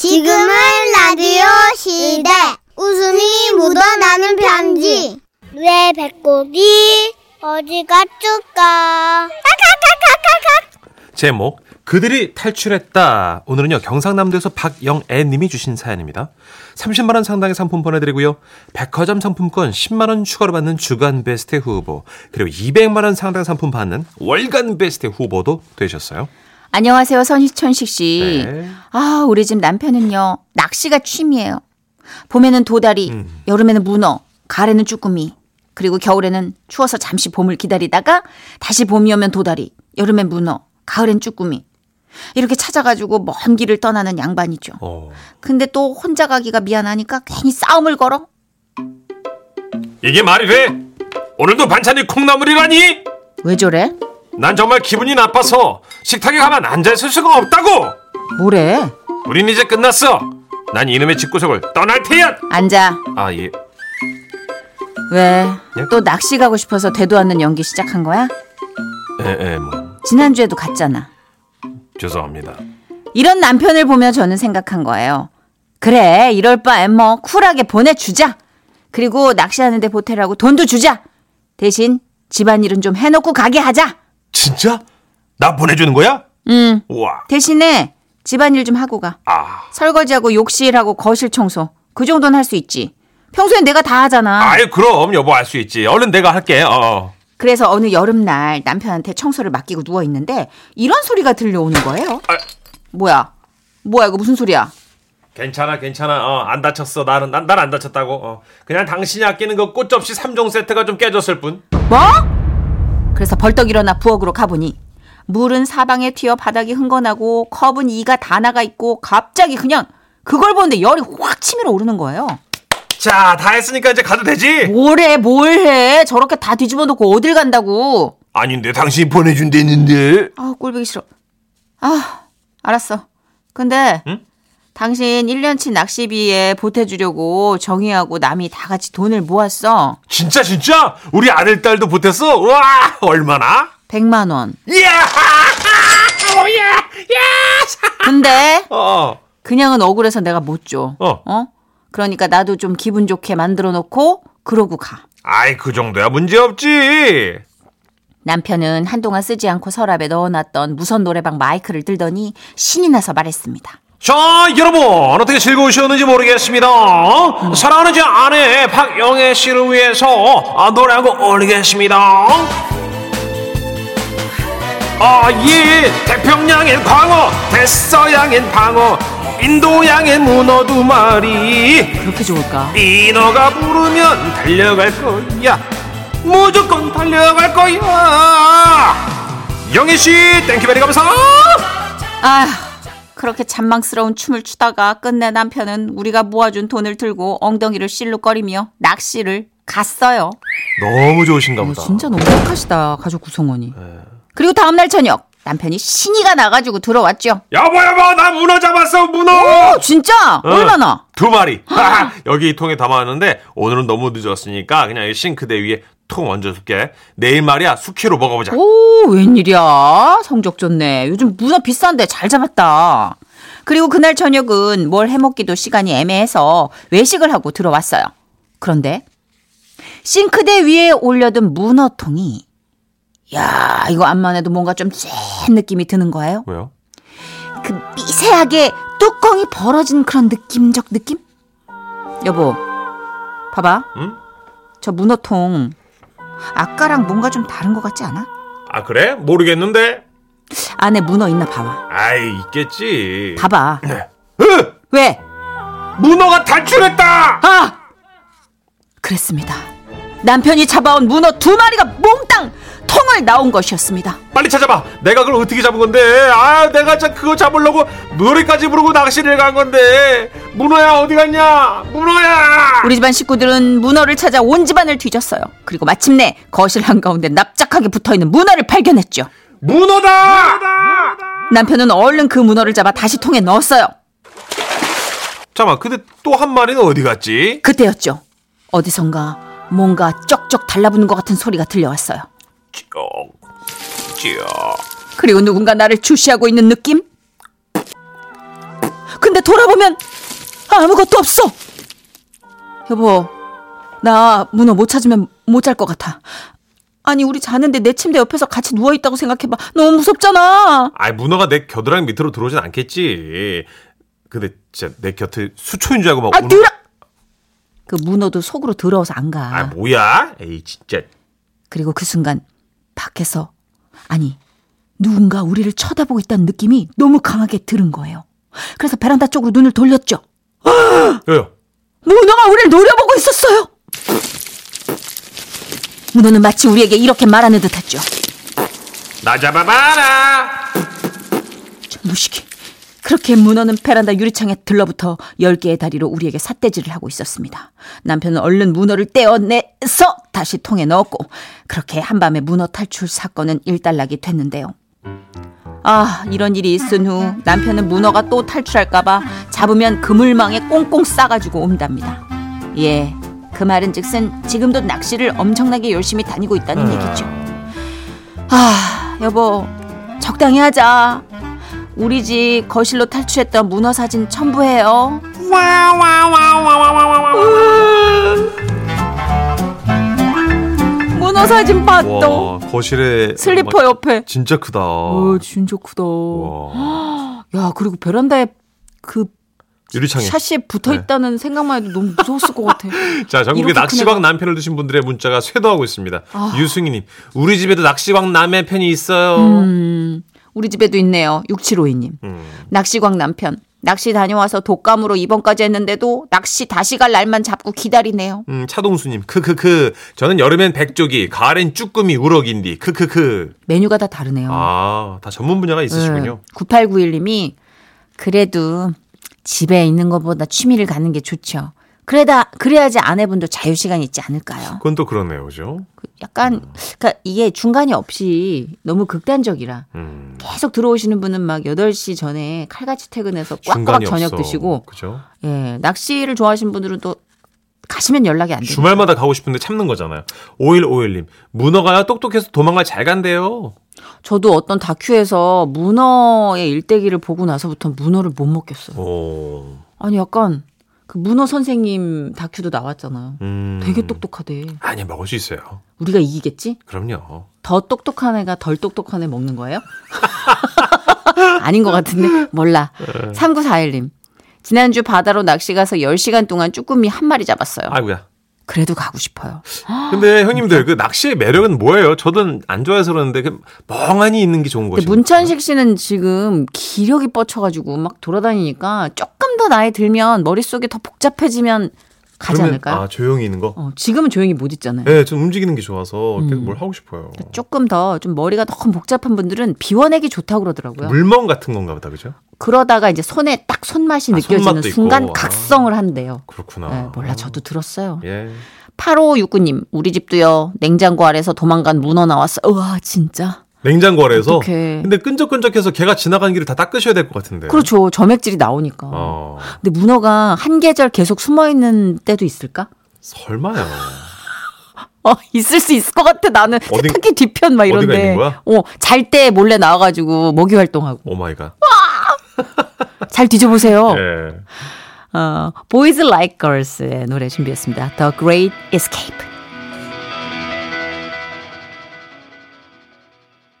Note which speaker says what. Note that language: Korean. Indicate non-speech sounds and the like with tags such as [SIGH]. Speaker 1: 지금은 라디오 시대. 웃음이 묻어나는 편지. 왜 배꼽이 어디가 쭉가?
Speaker 2: 제목 그들이 탈출했다. 오늘은요 경상남도에서 박영애님이 주신 사연입니다. 30만 원 상당의 상품 보내드리고요. 백화점 상품권 10만 원 추가로 받는 주간 베스트 후보 그리고 200만 원 상당 상품 받는 월간 베스트 후보도 되셨어요.
Speaker 3: 안녕하세요, 선희천식 씨.
Speaker 2: 네.
Speaker 3: 아, 우리 집 남편은요, 낚시가 취미예요. 봄에는 도다리,
Speaker 2: 음.
Speaker 3: 여름에는 문어, 가을에는 쭈꾸미, 그리고 겨울에는 추워서 잠시 봄을 기다리다가 다시 봄이 오면 도다리, 여름엔 문어, 가을엔 쭈꾸미. 이렇게 찾아가지고 먼 길을 떠나는 양반이죠.
Speaker 2: 어.
Speaker 3: 근데 또 혼자 가기가 미안하니까 괜히 싸움을 걸어?
Speaker 2: 이게 말이 돼? 오늘도 반찬이 콩나물이라니?
Speaker 3: 왜 저래?
Speaker 2: 난 정말 기분이 나빠서 식탁에 가만 앉아 있을 수가 없다고.
Speaker 3: 뭐래?
Speaker 2: 우린 이제 끝났어. 난 이놈의 집구석을 떠날 테야.
Speaker 3: 앉아.
Speaker 2: 아 예.
Speaker 3: 왜?
Speaker 2: 예?
Speaker 3: 또 낚시 가고 싶어서 되도 않는 연기 시작한 거야?
Speaker 2: 에, 에, 뭐
Speaker 3: 지난주에도 갔잖아.
Speaker 2: 죄송합니다.
Speaker 3: 이런 남편을 보며 저는 생각한 거예요. 그래, 이럴 바엔 뭐 쿨하게 보내주자. 그리고 낚시하는데 보태라고 돈도 주자. 대신 집안일은 좀 해놓고 가게 하자.
Speaker 2: 진짜? 나 보내주는 거야?
Speaker 3: 음,
Speaker 2: 우와.
Speaker 3: 대신에 집안일 좀 하고 가.
Speaker 2: 아.
Speaker 3: 설거지하고 욕실하고 거실 청소. 그 정도는 할 수 있지. 평소엔 내가 다 하잖아.
Speaker 2: 아유 그럼 여보 알 수 있지. 얼른 내가 할게. 어.
Speaker 3: 그래서 어느 여름날 남편한테 청소를 맡기고 누워 있는데 이런 소리가 들려오는 거예요.
Speaker 2: 아.
Speaker 3: 뭐야? 뭐야 이거 무슨 소리야?
Speaker 2: 괜찮아 괜찮아. 어, 안 다쳤어. 나는 난 안 다쳤다고. 어. 그냥 당신이 아끼는 그 꽃접시 3종 세트가 좀 깨졌을 뿐.
Speaker 3: 뭐? 그래서 벌떡 일어나 부엌으로 가보니 물은 사방에 튀어 바닥이 흥건하고 컵은 이가 다 나가 있고 갑자기 그냥 그걸 보는데 열이 확 치밀어 오르는 거예요.
Speaker 2: 자 다 했으니까 이제 가도 되지?
Speaker 3: 뭐래 뭘해 저렇게 다 뒤집어 놓고 어딜 간다고.
Speaker 2: 아닌데 당신이 보내준다는데.
Speaker 3: 아 꼴보기 싫어. 아 알았어. 근데
Speaker 2: 응?
Speaker 3: 당신 1년치 낚시비에 보태주려고 정희하고 남이 다 같이 돈을 모았어.
Speaker 2: 진짜 진짜? 우리 아들 딸도 보탰어? 와 얼마나?
Speaker 3: 100만 원.
Speaker 2: 야! 오야! 야!
Speaker 3: 근데
Speaker 2: 어.
Speaker 3: 그냥은 억울해서 내가 못 줘.
Speaker 2: 어.
Speaker 3: 그러니까 나도 좀 기분 좋게 만들어 놓고 그러고 가.
Speaker 2: 아이 그 정도야 문제 없지.
Speaker 3: 남편은 한동안 쓰지 않고 서랍에 넣어놨던 무선 노래방 마이크를 들더니 신이 나서 말했습니다.
Speaker 2: 자, 여러분, 어떻게 즐거우셨는지 모르겠습니다. 사랑하는 제 아내 박영애 씨를 위해서 아, 노래 한 곡 올리겠습니다. 아, 예, 태평양엔 광어, 대서양엔 방어, 인도양엔 문어 두 마리.
Speaker 3: 그렇게 좋을까?
Speaker 2: 인어가 부르면 달려갈 거야. 무조건 달려갈 거야. 영애 씨, 땡큐베리 감사!
Speaker 3: 아휴, 그렇게 잔망스러운 춤을 추다가 끝내 남편은 우리가 모아준 돈을 들고 엉덩이를 실룩거리며 낚시를 갔어요.
Speaker 2: 너무 좋으신가
Speaker 3: 어,
Speaker 2: 보다.
Speaker 3: 진짜 너무 착하시다, 가족 구성원이. 그리고 다음날 저녁, 남편이 신이가 나가지고 들어왔죠.
Speaker 2: 여보 여보 나 문어 잡았어 문어.
Speaker 3: 어, 진짜?
Speaker 2: 어,
Speaker 3: 얼마나? 아.
Speaker 2: 두 마리. 하하, [LAUGHS] 여기 이 통에 담아놨는데 오늘은 너무 늦었으니까 그냥 이 싱크대 위에 통 얹어줄게. 내일 말이야 숙회로 먹어보자.
Speaker 3: 오, 웬일이야? 성적 좋네. 요즘 문어 비싼데 잘 잡았다. 그리고 그날 저녁은 뭘 해먹기도 시간이 애매해서 외식을 하고 들어왔어요. 그런데 싱크대 위에 올려둔 문어통이 야 이거 안만 해도 뭔가 좀 쎄한 느낌이 드는 거예요.
Speaker 2: 왜요?
Speaker 3: 그 미세하게 뚜껑이 벌어진 그런 느낌적 느낌? 여보, 봐봐.
Speaker 2: 응?
Speaker 3: 저 문어통 아까랑 뭔가 좀 다른 것 같지 않아?
Speaker 2: 아 그래? 모르겠는데.
Speaker 3: 안에 문어 있나 봐봐.
Speaker 2: 아이 있겠지. 네.
Speaker 3: 봐봐.
Speaker 2: 으!
Speaker 3: 왜?
Speaker 2: 문어가 탈출했다.
Speaker 3: 아! 그랬습니다. 남편이 잡아온 문어 두 마리가 몽땅 통을 나온 것이었습니다.
Speaker 2: 빨리 찾아봐. 내가 그걸 어떻게 잡은 건데? 아 내가 참 그거 잡으려고 노래까지 부르고 낚시를 간 건데. 문어야 어디 갔냐? 문어야.
Speaker 3: 우리 집안 식구들은 문어를 찾아 온 집안을 뒤졌어요. 그리고 마침내 거실 한가운데 납작하게 붙어있는 문어를 발견했죠.
Speaker 2: 문어다!
Speaker 3: 남편은 얼른 그 문어를 잡아 다시 통에 넣었어요.
Speaker 2: 잠깐만, 근데 또 한 마리는 어디 갔지?
Speaker 3: 그때였죠. 어디선가 뭔가 쩍쩍 달라붙는 것 같은 소리가 들려왔어요.
Speaker 2: 쭉, 쭉.
Speaker 3: 그리고 누군가 나를 주시하고 있는 느낌? 근데 돌아보면 아무것도 없어. 여보, 나 문어 못 찾으면 못 잘 것 같아. 아니 우리 자는데 내 침대 옆에서 같이 누워 있다고 생각해봐. 너무 무섭잖아.
Speaker 2: 아이 문어가 내 겨드랑이 밑으로 들어오진 않겠지. 근데 진짜 내 곁에 수초인 줄 알고 막.
Speaker 3: 아
Speaker 2: 우는-
Speaker 3: 들어. 그 문어도 속으로 들어와서 안 가.
Speaker 2: 아 뭐야? 에이 진짜.
Speaker 3: 그리고 그 순간 밖에서 아니 누군가 우리를 쳐다보고 있다는 느낌이 너무 강하게 들은 거예요. 그래서 베란다 쪽으로 눈을 돌렸죠.
Speaker 2: 야,
Speaker 3: 문어가 우리를 노려보고 있었어요. 문어는 마치 우리에게 이렇게 말하는 듯했죠.
Speaker 2: 나 잡아봐라.
Speaker 3: 저 무식해. 그렇게 문어는 베란다 유리창에 들러붙어 열 개의 다리로 우리에게 삿대질을 하고 있었습니다. 남편은 얼른 문어를 떼어내서 다시 통에 넣었고 그렇게 한밤에 문어 탈출 사건은 일단락이 됐는데요. 아 이런 일이 있은 후 남편은 문어가 또 탈출할까봐 잡으면 그물망에 꽁꽁 싸가지고 온답니다. 예, 그 말은즉슨 지금도 낚시를 엄청나게 열심히 다니고 있다는 얘기죠. 아, 여보, 적당히 하자. 우리 집 거실로 탈출했던 문어 사진 첨부해요. 문어 사진 봤어.
Speaker 2: 와 거실에
Speaker 3: 슬리퍼
Speaker 2: 막
Speaker 3: 옆에.
Speaker 2: 진짜 크다.
Speaker 3: 어, 진짜 크다.
Speaker 2: 와,
Speaker 3: 야, 그리고 베란다에 그
Speaker 2: 유리창에.
Speaker 3: 샤시에 붙어
Speaker 2: 네.
Speaker 3: 있다는 생각만 해도 너무 무서웠을
Speaker 2: [LAUGHS]
Speaker 3: 것 같아.
Speaker 2: 자, 전국의
Speaker 3: 이렇게
Speaker 2: 낚시방
Speaker 3: 큰
Speaker 2: 남편을 두신 분들의 문자가 쇄도하고 있습니다. 유승희님, 우리 집에도 낚시방 남의 편이 있어요.
Speaker 3: 음, 우리 집에도 있네요. 6752님.
Speaker 2: 음.
Speaker 3: 낚시광 남편. 낚시 다녀와서 독감으로 입원까지 했는데도 낚시 다시 갈 날만 잡고 기다리네요.
Speaker 2: 음, 차동수님, 크크크. 저는 여름엔 백조기, 가을엔 쭈꾸미, 우럭인디, 크크크.
Speaker 3: 메뉴가 다 다르네요.
Speaker 2: 아, 다 전문 분야가 있으시군요.
Speaker 3: 9891님이 네, 그래도 집에 있는 것보다 취미를 가는 게 좋죠. 그래다 그래야지 아내분도 자유 시간이 있지 않을까요?
Speaker 2: 그건 또 그러네요, 그죠?
Speaker 3: 그 약간
Speaker 2: 음.
Speaker 3: 그러니까 이게 중간이 없이 너무 극단적이라
Speaker 2: 음,
Speaker 3: 계속 들어오시는 분은 막 8시 전에 칼같이 퇴근해서 꽉꽉
Speaker 2: 중간이
Speaker 3: 저녁
Speaker 2: 없어.
Speaker 3: 드시고
Speaker 2: 그죠?
Speaker 3: 예, 낚시를 좋아하시는 분들은 또 가시면 연락이 안 돼요.
Speaker 2: 주말마다 가고 싶은데 참는 거잖아요. 5151님, 문어가 똑똑해서 도망갈 잘 간대요.
Speaker 3: 저도 어떤 다큐에서 문어의 일대기를 보고 나서부터 문어를 못 먹겠어요.
Speaker 2: 오,
Speaker 3: 아니 약간 그 문어 선생님 다큐도 나왔잖아요.
Speaker 2: 음.
Speaker 3: 되게 똑똑하대.
Speaker 2: 아니, 먹을 수 있어요.
Speaker 3: 우리가 이기겠지?
Speaker 2: 그럼요.
Speaker 3: 더 똑똑한 애가 덜 똑똑한 애 먹는 거예요? [LAUGHS] 아닌 것 같은데? 몰라.
Speaker 2: 네.
Speaker 3: 3941님. 지난주 바다로 낚시 가서 10시간 동안 쭈꾸미 한 마리 잡았어요.
Speaker 2: 아이고야.
Speaker 3: 그래도 가고 싶어요.
Speaker 2: 근데 형님들 그 낚시의 매력은 뭐예요? 저는 안 좋아해서 그러는데 그 멍하니 있는 게 좋은
Speaker 3: 근데
Speaker 2: 거죠.
Speaker 3: 문천식 씨는 지금 기력이 뻗쳐가지고 막 돌아다니니까 조금 더 나이 들면 머릿속이 더 복잡해지면 가지
Speaker 2: 그러면-
Speaker 3: 않을까요?
Speaker 2: 아 조용히 있는 거.
Speaker 3: 어, 지금은 조용히 못 있잖아요.
Speaker 2: 예, 네, 좀 움직이는 게 좋아서 계속 뭘 하고 싶어요.
Speaker 3: 조금 더 좀 머리가 너무 복잡한 분들은 비워내기 좋다고 그러더라고요.
Speaker 2: 물멍 같은 건가 보다, 그죠?
Speaker 3: 그러다가 이제 손에 딱 손맛이
Speaker 2: 아,
Speaker 3: 느껴지는
Speaker 2: 손맛도 있고.
Speaker 3: 순간
Speaker 2: 아.
Speaker 3: 각성을 한대요.
Speaker 2: 그렇구나.
Speaker 3: 예, 몰라 저도 들었어요.
Speaker 2: 예.
Speaker 3: 8569님 우리 집도요. 냉장고 아래서 도망간 문어 나왔어. 우와 진짜.
Speaker 2: 냉장고 아래에서. 네.
Speaker 3: 어떡해.
Speaker 2: 근데 끈적끈적해서 걔가 지나간 길을 다 닦으셔야 될 것 같은데.
Speaker 3: 그렇죠. 점액질이 나오니까.
Speaker 2: 어,
Speaker 3: 근데 문어가 한 계절 계속 숨어 있는 때도 있을까?
Speaker 2: 설마요.
Speaker 3: 어 있을 수 있을 것 같아. 나는
Speaker 2: 어디-
Speaker 3: 세탁기 뒤편 막
Speaker 2: 어디가
Speaker 3: 이런데.
Speaker 2: 있는 거야?
Speaker 3: 어잘 때 몰래 나와가지고 먹이 활동하고
Speaker 2: 오 마이 갓.
Speaker 3: 잘 뒤져보세요.
Speaker 2: 예.
Speaker 3: 어, Boys Like Girls의 노래 준비했습니다. The Great Escape.